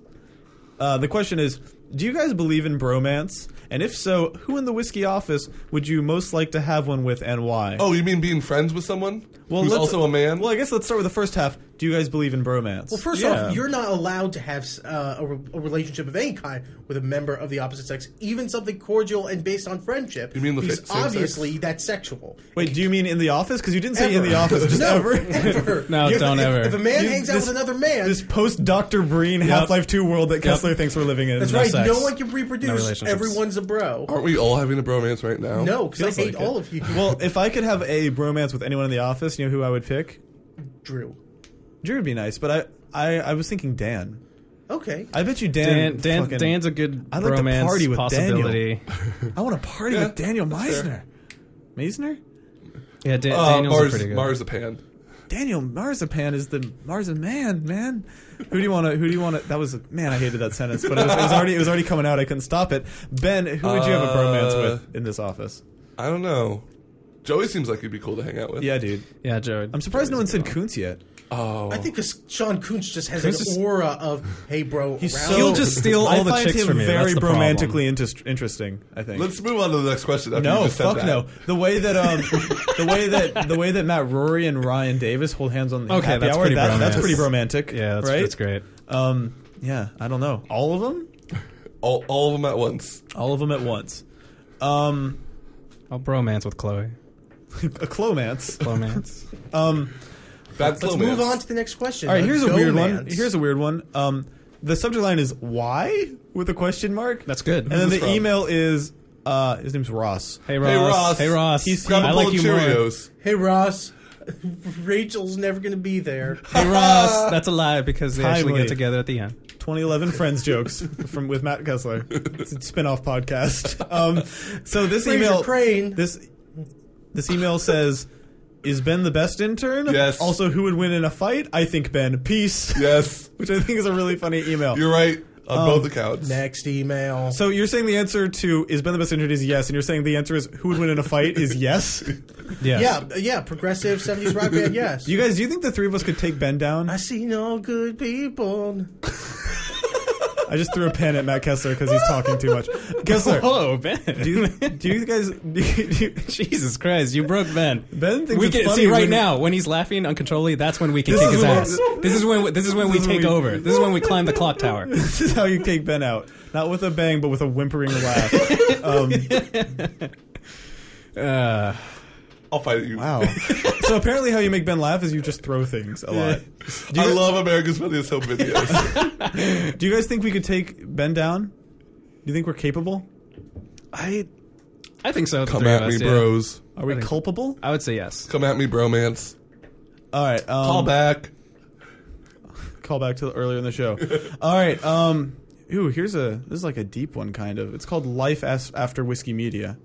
[SPEAKER 1] Uh, the question is, do you guys believe in bromance? And if so, who in the whiskey office would you most like to have one with, and why?
[SPEAKER 3] Oh, you mean being friends with someone
[SPEAKER 1] well,
[SPEAKER 3] who's
[SPEAKER 1] let's-
[SPEAKER 3] also a man?
[SPEAKER 1] Well, I guess let's start with the first half. Do you guys believe in bromance?
[SPEAKER 5] Well, first
[SPEAKER 4] Yeah.
[SPEAKER 5] off, you're not allowed to have uh, a, re- a relationship of any kind with a member of the opposite sex, even something cordial and based on friendship.
[SPEAKER 3] You mean the
[SPEAKER 5] because
[SPEAKER 3] fa- same
[SPEAKER 5] obviously that's sexual.
[SPEAKER 1] Wait, do you mean in the office? Because you didn't say in
[SPEAKER 5] Ever.
[SPEAKER 1] the office, just
[SPEAKER 5] no,
[SPEAKER 1] ever.
[SPEAKER 4] No,
[SPEAKER 5] If-
[SPEAKER 4] don't
[SPEAKER 5] if,
[SPEAKER 4] ever.
[SPEAKER 5] If a man
[SPEAKER 1] You-
[SPEAKER 5] hangs
[SPEAKER 1] this-
[SPEAKER 5] out with another man,
[SPEAKER 1] This post Doctor Breen Half Life Two world that Kessler thinks we're living in.
[SPEAKER 5] that's right.
[SPEAKER 4] sex.
[SPEAKER 5] No one can
[SPEAKER 4] No
[SPEAKER 5] reproduce.
[SPEAKER 4] relationships.
[SPEAKER 5] Everyone's a bro.
[SPEAKER 3] Aren't we all having a bromance right now?
[SPEAKER 5] No, because
[SPEAKER 1] Oh, Feels
[SPEAKER 5] I hate
[SPEAKER 1] like it.
[SPEAKER 5] all of you,
[SPEAKER 1] Well, if I could have a bromance with anyone in the office, you know who I would pick?
[SPEAKER 5] Drew.
[SPEAKER 1] Drew would be nice, but I, I, I was thinking Dan.
[SPEAKER 5] Okay.
[SPEAKER 1] I bet you
[SPEAKER 4] Dan,
[SPEAKER 1] Dan.
[SPEAKER 4] Dan
[SPEAKER 1] fucking-
[SPEAKER 4] Dan's a good
[SPEAKER 1] I'd like to
[SPEAKER 4] romance
[SPEAKER 1] party with
[SPEAKER 4] possibility.
[SPEAKER 1] I want to party
[SPEAKER 3] Yeah,
[SPEAKER 1] with Daniel
[SPEAKER 3] that's
[SPEAKER 1] Meisner.
[SPEAKER 3] fair.
[SPEAKER 1] Meisner?
[SPEAKER 4] Yeah, Dan,
[SPEAKER 3] Uh,
[SPEAKER 4] Daniel's
[SPEAKER 3] Mars,
[SPEAKER 4] a pretty good.
[SPEAKER 3] Marzipan.
[SPEAKER 1] Daniel Marzipan is the Marzipan man. Who do you want to? Who do you want to? That was man. I hated that sentence, but it was, it was already it was already coming out. I couldn't stop it. Ben, who would you have a bromance
[SPEAKER 3] Uh,
[SPEAKER 1] with in this office?
[SPEAKER 3] I don't know. Joey seems like he'd be cool to hang out with.
[SPEAKER 1] Yeah, dude.
[SPEAKER 4] Yeah, Joe.
[SPEAKER 1] I'm surprised no one said Kuntz yet.
[SPEAKER 3] Oh.
[SPEAKER 5] I think because Sean Kuntz just has
[SPEAKER 4] Kuntz is-
[SPEAKER 5] an aura of, hey, bro,
[SPEAKER 1] He's
[SPEAKER 5] around
[SPEAKER 1] so-
[SPEAKER 4] He'll just steal all
[SPEAKER 1] I
[SPEAKER 4] the
[SPEAKER 1] find
[SPEAKER 4] chicks
[SPEAKER 1] him
[SPEAKER 4] from you.
[SPEAKER 1] very
[SPEAKER 4] That's the problem.
[SPEAKER 1] romantically interest interesting. I think.
[SPEAKER 3] Let's move on to the next question. After you
[SPEAKER 1] no,
[SPEAKER 3] just said
[SPEAKER 1] fuck
[SPEAKER 3] that.
[SPEAKER 1] no. The way that um, the way that the way that Matt Rory and Ryan Davis hold hands on the
[SPEAKER 4] Okay,
[SPEAKER 1] happy
[SPEAKER 4] that's
[SPEAKER 1] hour.
[SPEAKER 4] pretty
[SPEAKER 1] that- that's
[SPEAKER 4] bromance.
[SPEAKER 1] pretty romantic.
[SPEAKER 4] Yeah, that's,
[SPEAKER 1] right.
[SPEAKER 4] that's great.
[SPEAKER 1] Um, yeah, I don't know. All of them?
[SPEAKER 3] All, all of them at once.
[SPEAKER 1] All of them at once. Um,
[SPEAKER 4] I'll bromance with Chloe.
[SPEAKER 1] a clomance.
[SPEAKER 4] Bromance.
[SPEAKER 1] Um,
[SPEAKER 3] That's
[SPEAKER 5] Let's move on to the next question.
[SPEAKER 1] all right, here's a weird one.
[SPEAKER 5] Go-mance.
[SPEAKER 1] Here's a weird one. Um, the subject line is why with a question mark.
[SPEAKER 4] That's good.
[SPEAKER 1] And then
[SPEAKER 3] Who's
[SPEAKER 1] the
[SPEAKER 3] this from?
[SPEAKER 1] email is uh, his name's Ross.
[SPEAKER 4] hey, Ross.
[SPEAKER 3] Ross.
[SPEAKER 4] Hey, Ross.
[SPEAKER 1] He's-
[SPEAKER 3] Grab a
[SPEAKER 4] I
[SPEAKER 3] bowl
[SPEAKER 4] like
[SPEAKER 3] of
[SPEAKER 4] you more.
[SPEAKER 3] Cheerios.
[SPEAKER 5] Hey, Ross. Rachel's never going to be there.
[SPEAKER 4] Hey, Ross. That's a lie because they actually
[SPEAKER 1] Timely.
[SPEAKER 4] get together at the end.
[SPEAKER 1] 2011 Friends jokes from with Matt Kessler. It's a spin-off podcast. Um, so this
[SPEAKER 5] Fraser
[SPEAKER 1] email
[SPEAKER 5] Crane.
[SPEAKER 1] this this email says is Ben the best intern?
[SPEAKER 3] Yes.
[SPEAKER 1] Also, who would win in a fight? I think Ben. Peace.
[SPEAKER 3] Yes.
[SPEAKER 1] Which I think is a really funny email.
[SPEAKER 3] You're right on
[SPEAKER 4] Oh,
[SPEAKER 1] Um,
[SPEAKER 3] both accounts.
[SPEAKER 5] Next email.
[SPEAKER 1] So you're saying the answer to is Ben the best intern is yes, and you're saying the answer is who would win in a fight is yes.
[SPEAKER 4] Yes.
[SPEAKER 5] yeah, yeah, progressive 70s rock band, yes.
[SPEAKER 1] You guys, do you think the three of us could take Ben down?
[SPEAKER 5] I see no good people.
[SPEAKER 1] I just threw a pen at Matt Kessler because he's talking too much. Kessler,
[SPEAKER 4] Hello, Ben.
[SPEAKER 1] do you, do you guys? Do you, do you-
[SPEAKER 4] Jesus Christ, you broke Ben.
[SPEAKER 1] Ben thinks
[SPEAKER 4] we
[SPEAKER 1] it's
[SPEAKER 4] can
[SPEAKER 1] funny
[SPEAKER 4] see right
[SPEAKER 1] when-
[SPEAKER 4] now when he's laughing uncontrollably. That's when we can
[SPEAKER 1] This
[SPEAKER 4] kick
[SPEAKER 1] is
[SPEAKER 4] his
[SPEAKER 1] when-
[SPEAKER 4] ass. This is when this is when we
[SPEAKER 1] is when
[SPEAKER 4] take
[SPEAKER 1] we-
[SPEAKER 4] over. This is when we climb the clock tower.
[SPEAKER 1] this is how you take Ben out, not with a bang, but with a whimpering laugh. Um,
[SPEAKER 4] Uh,
[SPEAKER 3] I'll fight you.
[SPEAKER 1] wow. So apparently, how you make Ben laugh is you just throw things a lot. Do
[SPEAKER 3] I
[SPEAKER 1] you,
[SPEAKER 3] love America's Funniest Home Videos.
[SPEAKER 1] do you guys think we could take Ben down? Do you think we're capable?
[SPEAKER 4] I I think so. the
[SPEAKER 3] Come
[SPEAKER 4] three of
[SPEAKER 3] at me,
[SPEAKER 4] us, yeah.
[SPEAKER 3] bros.
[SPEAKER 1] Are we
[SPEAKER 4] I think-
[SPEAKER 1] culpable?
[SPEAKER 4] I would say yes.
[SPEAKER 3] Come at me, bromance.
[SPEAKER 1] All right. Um,
[SPEAKER 3] Call back.
[SPEAKER 1] Call back to earlier in the show. All right. Um, ooh, here's a this is like a deep one kind of. It's called Life As- After Whiskey Media.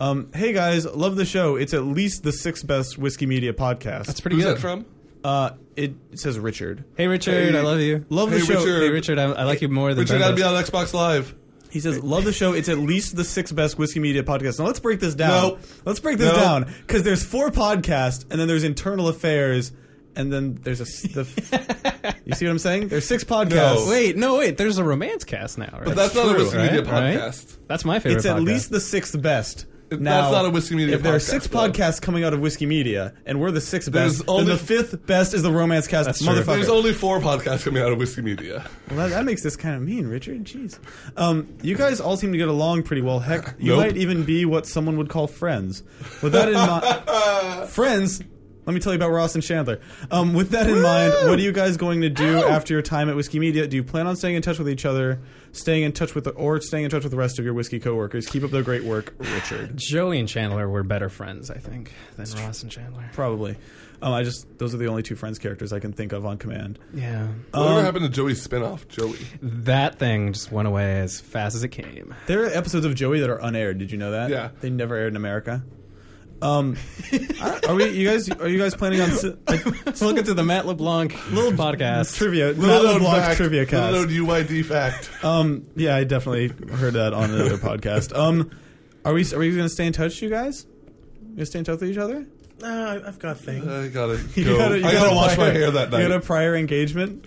[SPEAKER 1] Um, hey guys, love the show. It's at least the sixth best whiskey media podcast.
[SPEAKER 4] That's pretty
[SPEAKER 3] Who's
[SPEAKER 4] good.
[SPEAKER 3] that from?
[SPEAKER 1] uh, it, it says Richard.
[SPEAKER 4] Hey Richard,
[SPEAKER 3] Hey.
[SPEAKER 4] I love you.
[SPEAKER 1] Love
[SPEAKER 3] Hey,
[SPEAKER 1] the show.
[SPEAKER 4] Hey Richard, I, I like you more than
[SPEAKER 3] Richard, I'd
[SPEAKER 4] Brenda's.
[SPEAKER 3] be on Xbox Live.
[SPEAKER 1] He says, "Love the show. It's at least the sixth best whiskey media podcast." Now let's break this down.
[SPEAKER 3] Nope.
[SPEAKER 1] Let's break this
[SPEAKER 3] Nope.
[SPEAKER 1] down because there's four podcasts, and then there's internal affairs, and then there's a. s- The, you see what I'm saying? There's six podcasts.
[SPEAKER 3] No.
[SPEAKER 4] Wait, no, wait. There's a romance cast now, right?
[SPEAKER 3] But that's, not a
[SPEAKER 1] true,
[SPEAKER 3] Whiskey
[SPEAKER 4] right?
[SPEAKER 3] Media
[SPEAKER 4] Right?
[SPEAKER 3] podcast.
[SPEAKER 4] That's my favorite.
[SPEAKER 1] It's at
[SPEAKER 4] podcast.
[SPEAKER 1] least the sixth best.
[SPEAKER 3] That's
[SPEAKER 1] Now,
[SPEAKER 3] not a Whiskey Media
[SPEAKER 1] If there are
[SPEAKER 3] podcast,
[SPEAKER 1] six
[SPEAKER 3] though.
[SPEAKER 1] podcasts coming out of Whiskey Media, and we're the sixth
[SPEAKER 3] There's
[SPEAKER 1] best,
[SPEAKER 3] only-
[SPEAKER 1] then the fifth best is the Romance Cast.
[SPEAKER 4] That's true.
[SPEAKER 1] motherfucker.
[SPEAKER 3] There's only four podcasts coming out of Whiskey Media.
[SPEAKER 1] Well, that, that makes this kind of mean, Richard. Jeez. Um, you guys all seem to get along pretty well. Heck, you
[SPEAKER 3] Nope.
[SPEAKER 1] might even be what someone would call friends. With that in mind, friends. Let me tell you about Ross and Chandler. Um, with that in mind, what are you guys going to do after your time at Whiskey Media? Do you plan on staying in touch with each other, staying in touch with, the, or staying in touch with the rest of your whiskey coworkers? Keep up the great work, Richard.
[SPEAKER 4] Joey and Chandler were better friends, I think, than Ross and Chandler.
[SPEAKER 1] Probably. Um, I just those are the only two friends characters I can think of on command.
[SPEAKER 4] Yeah,
[SPEAKER 1] Um,
[SPEAKER 3] Whatever happened to Joey's spinoff, Joey?
[SPEAKER 4] that thing just went away as fast as it came.
[SPEAKER 1] There are episodes of Joey that are unaired. Did you know that?
[SPEAKER 3] Yeah.
[SPEAKER 1] they never aired in America. Um, I- are we? You guys? Are you guys planning on si- like,
[SPEAKER 4] Welcome to the Matt LeBlanc little podcast.
[SPEAKER 1] trivia?
[SPEAKER 3] Little
[SPEAKER 1] Matt
[SPEAKER 3] known
[SPEAKER 1] LeBlanc's
[SPEAKER 3] fact,
[SPEAKER 1] trivia cast.
[SPEAKER 3] Little known UID fact.
[SPEAKER 1] um, yeah, I definitely heard that on another podcast. Um, are we? Are we going to stay in touch, you guys? You gonna stay in touch with each other?
[SPEAKER 5] Nah, Ah, I've got a thing.
[SPEAKER 1] Uh,
[SPEAKER 3] I gotta go.
[SPEAKER 1] You gotta- you
[SPEAKER 3] I
[SPEAKER 1] gotta
[SPEAKER 3] gotta wash my
[SPEAKER 1] prior-
[SPEAKER 3] hair that night.
[SPEAKER 1] You got a prior engagement.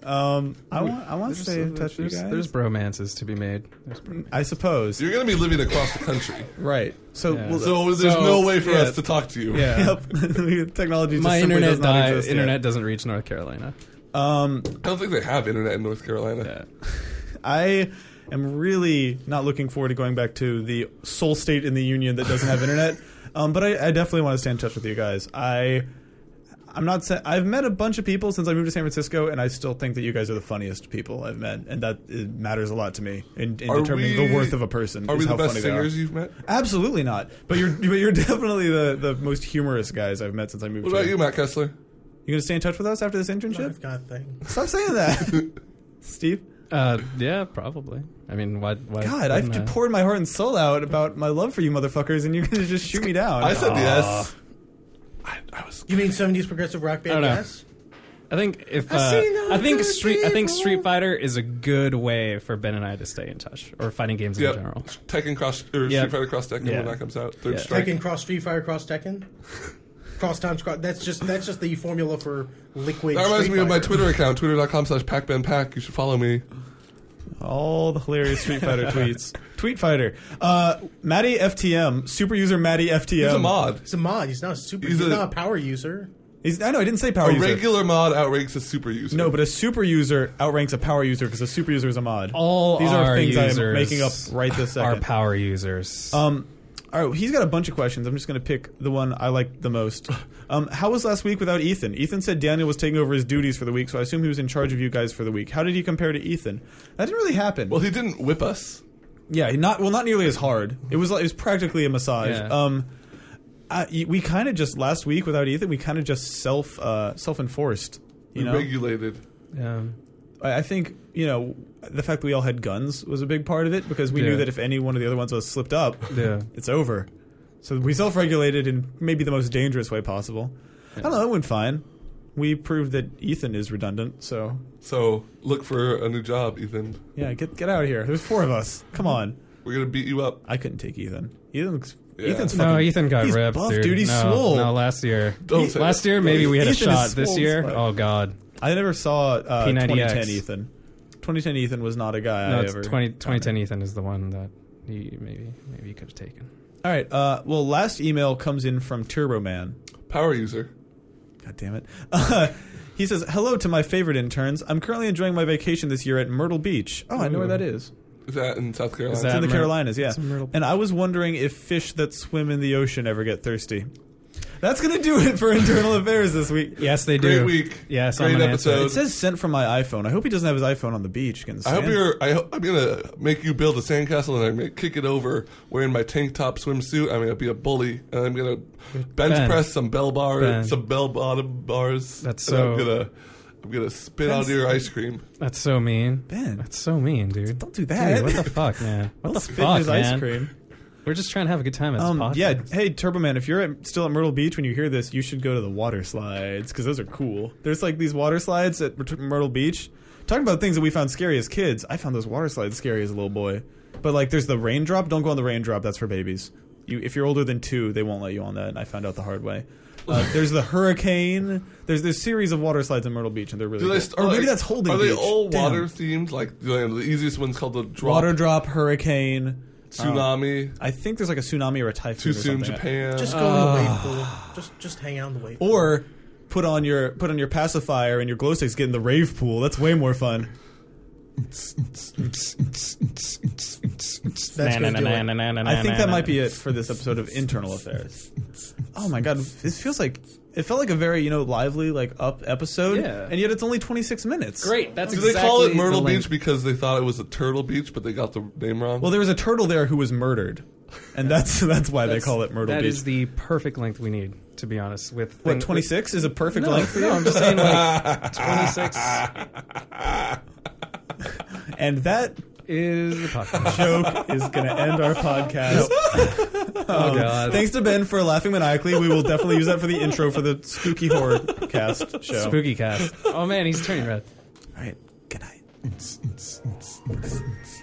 [SPEAKER 1] Um, I want. I want to
[SPEAKER 4] There's-
[SPEAKER 1] stay in touch with you
[SPEAKER 4] there's-
[SPEAKER 1] guys.
[SPEAKER 4] There's bromances to be made. There's bro-
[SPEAKER 1] I suppose.
[SPEAKER 3] You're gonna be living across the country,
[SPEAKER 1] right. So.
[SPEAKER 4] Yeah.
[SPEAKER 1] Well,
[SPEAKER 3] so there's
[SPEAKER 4] So,
[SPEAKER 3] no way for
[SPEAKER 1] yeah.
[SPEAKER 3] us to talk to you.
[SPEAKER 4] yeah.
[SPEAKER 1] Yep. Technology. Just
[SPEAKER 4] My
[SPEAKER 1] simply
[SPEAKER 4] internet
[SPEAKER 1] does not
[SPEAKER 4] died.
[SPEAKER 1] exist yet.
[SPEAKER 4] Internet doesn't reach North Carolina.
[SPEAKER 1] Um,
[SPEAKER 3] I don't think they have internet in North Carolina.
[SPEAKER 4] Yeah.
[SPEAKER 1] I am really not looking forward to going back to the sole state in the union that doesn't have internet. Um, but I, I definitely want to stay in touch with you guys. I I'm not. Sa- I've met a bunch of people since I moved to San Francisco, and I still think that you guys are the funniest people I've met, and that it matters a lot to me in, in
[SPEAKER 3] Are
[SPEAKER 1] determining
[SPEAKER 3] we-
[SPEAKER 1] the worth of a person.
[SPEAKER 3] Are
[SPEAKER 1] is
[SPEAKER 3] we the
[SPEAKER 1] how
[SPEAKER 3] best
[SPEAKER 1] funny they are.
[SPEAKER 3] singers you've met?
[SPEAKER 1] Absolutely not. But you're but you're definitely the, the most humorous guys I've met since I moved.
[SPEAKER 3] What
[SPEAKER 1] here.
[SPEAKER 3] about you, Matt Kessler?
[SPEAKER 1] You gonna stay in touch with us after this internship?
[SPEAKER 5] I've got a thing.
[SPEAKER 1] Stop saying that, Steve.
[SPEAKER 4] Uh, yeah, probably. I mean, why? why
[SPEAKER 1] God, I've uh,
[SPEAKER 4] wouldn't I?
[SPEAKER 1] poured my heart and soul out about my love for you motherfuckers, and you're gonna just shoot me down.
[SPEAKER 3] I said
[SPEAKER 1] uh,
[SPEAKER 3] yes. I, I was.
[SPEAKER 5] You mean 70s progressive rock band?
[SPEAKER 4] I don't know.
[SPEAKER 5] Yes.
[SPEAKER 4] I think if
[SPEAKER 5] I've
[SPEAKER 4] uh,
[SPEAKER 5] seen all
[SPEAKER 4] I think
[SPEAKER 5] the
[SPEAKER 4] Street I think
[SPEAKER 5] people.
[SPEAKER 4] Street Fighter is a good way for Ben and I to stay in touch or fighting games
[SPEAKER 3] Yep.
[SPEAKER 4] in general.
[SPEAKER 3] Tekken Cross or
[SPEAKER 4] Yeah.
[SPEAKER 3] Street Fighter Cross Tekken
[SPEAKER 4] Yeah.
[SPEAKER 3] when that comes out. Third
[SPEAKER 4] Yeah.
[SPEAKER 3] strike.
[SPEAKER 5] Tekken cross Street Fighter cross Tekken. Cross times cross. That's just that's just the formula for liquid.
[SPEAKER 3] That reminds
[SPEAKER 5] Street
[SPEAKER 3] me of my
[SPEAKER 5] Fighter.
[SPEAKER 3] Twitter account, twitter.com slash pacbenpack. You should follow me.
[SPEAKER 1] Ah. All the hilarious Street Fighter tweets. Tweet Fighter. Uh, Matty FTM, super user Matty FTM.
[SPEAKER 3] He's a mod.
[SPEAKER 5] It's a mod. He's not a super.
[SPEAKER 3] He's
[SPEAKER 5] He's,
[SPEAKER 3] a-
[SPEAKER 5] not a power user.
[SPEAKER 1] He's- I know, I didn't say power
[SPEAKER 3] A
[SPEAKER 1] user.
[SPEAKER 3] regular mod outranks a super user.
[SPEAKER 1] no, but a super user outranks a power user because a super user is a mod.
[SPEAKER 4] All
[SPEAKER 1] These are
[SPEAKER 4] our
[SPEAKER 1] things I am
[SPEAKER 4] users
[SPEAKER 1] making up right this
[SPEAKER 4] Our
[SPEAKER 1] second.
[SPEAKER 4] power users.
[SPEAKER 1] um, all right, he's got a bunch of questions. I'm just gonna pick the one I like the most. Um, how was last week without Ethan? Ethan said Daniel was taking over his duties for the week, so I assume he was in charge of you guys for the week. How did he compare to Ethan? That didn't really happen.
[SPEAKER 3] Well, he didn't whip us.
[SPEAKER 1] Yeah, not well, not nearly as hard. It was like, it was practically a massage.
[SPEAKER 4] Yeah.
[SPEAKER 1] Um, I, y- we kind of just last week without Ethan, we kind of just self uh, self enforced. You
[SPEAKER 3] He
[SPEAKER 1] know,
[SPEAKER 3] regulated.
[SPEAKER 4] yeah.
[SPEAKER 1] I, I think you know the fact that we all had guns was a big part of it because we
[SPEAKER 4] Yeah.
[SPEAKER 1] knew that if any one of the other ones of us slipped up,
[SPEAKER 4] Yeah.
[SPEAKER 1] it's over. So we self regulated in maybe the most dangerous way possible. I don't know. That went fine. We proved that Ethan is redundant. So
[SPEAKER 3] So look for a new job, Ethan.
[SPEAKER 1] yeah, get get out of here. There's four of us. Come on.
[SPEAKER 3] We're gonna beat you up.
[SPEAKER 1] I couldn't take Ethan. Ethan's
[SPEAKER 3] Yeah.
[SPEAKER 1] Ethan's fucking,
[SPEAKER 4] No, Ethan got
[SPEAKER 1] he's
[SPEAKER 4] ripped,
[SPEAKER 1] buff,
[SPEAKER 4] dude.
[SPEAKER 1] dude. He's
[SPEAKER 4] no,
[SPEAKER 1] swole.
[SPEAKER 4] No, last year.
[SPEAKER 3] Don't say
[SPEAKER 4] Last
[SPEAKER 3] that.
[SPEAKER 4] year, maybe we had a
[SPEAKER 1] Ethan is
[SPEAKER 4] shot. This
[SPEAKER 1] swole
[SPEAKER 4] year,
[SPEAKER 1] as fuck.
[SPEAKER 4] oh god,
[SPEAKER 1] I never saw uh,
[SPEAKER 4] P90X.
[SPEAKER 1] 2010 Ethan. 2010 Ethan was not a guy
[SPEAKER 4] no,
[SPEAKER 1] I
[SPEAKER 4] it's
[SPEAKER 1] ever.
[SPEAKER 4] 20, 2010 Ethan is the one that he maybe maybe you could have taken.
[SPEAKER 1] All right. Uh, well, last email comes in from Turbo Man.
[SPEAKER 3] Power user.
[SPEAKER 1] God damn it. Uh, he says, "Hello to my favorite interns. I'm currently enjoying my vacation this year at Myrtle Beach. Oh, I know where
[SPEAKER 4] Ooh.
[SPEAKER 1] that is.
[SPEAKER 3] Is that in South Carolina?
[SPEAKER 1] It's
[SPEAKER 4] that-
[SPEAKER 1] in the
[SPEAKER 4] Myr-
[SPEAKER 1] Carolinas. Yeah.
[SPEAKER 4] it's in Myrtle-
[SPEAKER 1] And I was wondering if fish that swim in the ocean ever get thirsty. That's gonna do it for internal affairs this week.
[SPEAKER 4] Yes, they
[SPEAKER 3] Great
[SPEAKER 4] do.
[SPEAKER 3] week.
[SPEAKER 4] Yes,
[SPEAKER 3] Great
[SPEAKER 4] I'm gonna answer it.
[SPEAKER 3] episode.
[SPEAKER 1] It says sent from my iPhone. I hope he doesn't have his iPhone on the beach. Can
[SPEAKER 3] I hope
[SPEAKER 1] stand-
[SPEAKER 3] you're. I hope, I'm gonna make you build a sandcastle and I'm gonna kick it over wearing my tank top swimsuit. I'm gonna be a bully and I'm gonna bench
[SPEAKER 4] Ben.
[SPEAKER 3] press some bell bar,
[SPEAKER 4] Ben.
[SPEAKER 3] some bell bottom bars.
[SPEAKER 4] That's
[SPEAKER 3] and I'm
[SPEAKER 4] so-
[SPEAKER 3] gonna I'm gonna spit out your ice cream.
[SPEAKER 4] That's so mean.
[SPEAKER 1] Ben.
[SPEAKER 4] That's so mean, dude.
[SPEAKER 1] Don't do
[SPEAKER 4] Dude,
[SPEAKER 1] that.
[SPEAKER 4] what the fuck, man? What the
[SPEAKER 1] Spit in
[SPEAKER 4] fuck,
[SPEAKER 1] his
[SPEAKER 4] man?
[SPEAKER 1] ice cream.
[SPEAKER 4] We're just trying to have a good time at this
[SPEAKER 1] Um,
[SPEAKER 4] podcast.
[SPEAKER 1] yeah. Hey, Turbo Man, if you're at, still at Myrtle Beach when you hear this, you should go to the water slides because those are cool. There's like these water slides at Myrt- Myrtle Beach. Talking about things that we found scary as kids, I found those water slides scary as a little boy. But like, there's the raindrop. Don't go on the raindrop. That's for babies. You, if you're older than two, they won't let you on that. And I found out the hard way. Uh, there's the hurricane. There's there's series of water slides in Myrtle Beach, and they're really.
[SPEAKER 3] Do they
[SPEAKER 1] cool.
[SPEAKER 3] st-
[SPEAKER 1] or
[SPEAKER 3] are
[SPEAKER 1] Oh, maybe
[SPEAKER 3] they-
[SPEAKER 1] that's Holden.
[SPEAKER 3] Are they
[SPEAKER 1] Beach.
[SPEAKER 3] all
[SPEAKER 1] Damn.
[SPEAKER 3] water themed? Like the, the easiest one's called the drop
[SPEAKER 1] Water Oh. drop, hurricane. um,
[SPEAKER 3] tsunami.
[SPEAKER 1] I think there's like a tsunami or a typhoon.
[SPEAKER 3] too
[SPEAKER 1] or
[SPEAKER 3] soon,
[SPEAKER 1] something.
[SPEAKER 3] Japan.
[SPEAKER 5] Just go
[SPEAKER 3] Uh,
[SPEAKER 5] in the wave pool. Just just hang out in the wave. pool.
[SPEAKER 1] or put on your put on your pacifier and your glow sticks get in the rave pool that's way more fun
[SPEAKER 5] that's gonna do it.
[SPEAKER 1] i think that might be it for this episode of internal affairs oh my god this feels like it felt like a very you know lively like up episode
[SPEAKER 4] Yeah.
[SPEAKER 1] and yet it's only 26 minutes
[SPEAKER 4] Great. That's
[SPEAKER 3] Do
[SPEAKER 4] exactly.
[SPEAKER 3] they call it
[SPEAKER 4] the
[SPEAKER 3] Myrtle Beach
[SPEAKER 4] length.
[SPEAKER 3] because they thought it was a turtle beach, but they got the name wrong?
[SPEAKER 1] well there was a turtle there who was murdered and that's that's why
[SPEAKER 4] That's-
[SPEAKER 1] they call it myrtle
[SPEAKER 4] That
[SPEAKER 1] beach
[SPEAKER 4] is the perfect length we need, to be honest. With
[SPEAKER 1] what
[SPEAKER 4] thing-
[SPEAKER 1] 26 is a perfect
[SPEAKER 4] No,
[SPEAKER 1] length
[SPEAKER 4] no, I'm just saying like 26
[SPEAKER 1] and that
[SPEAKER 4] is the podcast.
[SPEAKER 1] joke is gonna end our podcast Um,
[SPEAKER 4] Oh god.
[SPEAKER 1] Thanks to Ben for laughing maniacally. We will definitely use that for the intro for the spooky horror cast show.
[SPEAKER 4] Spooky cast. Oh man, he's turning red.
[SPEAKER 1] All right. Good night.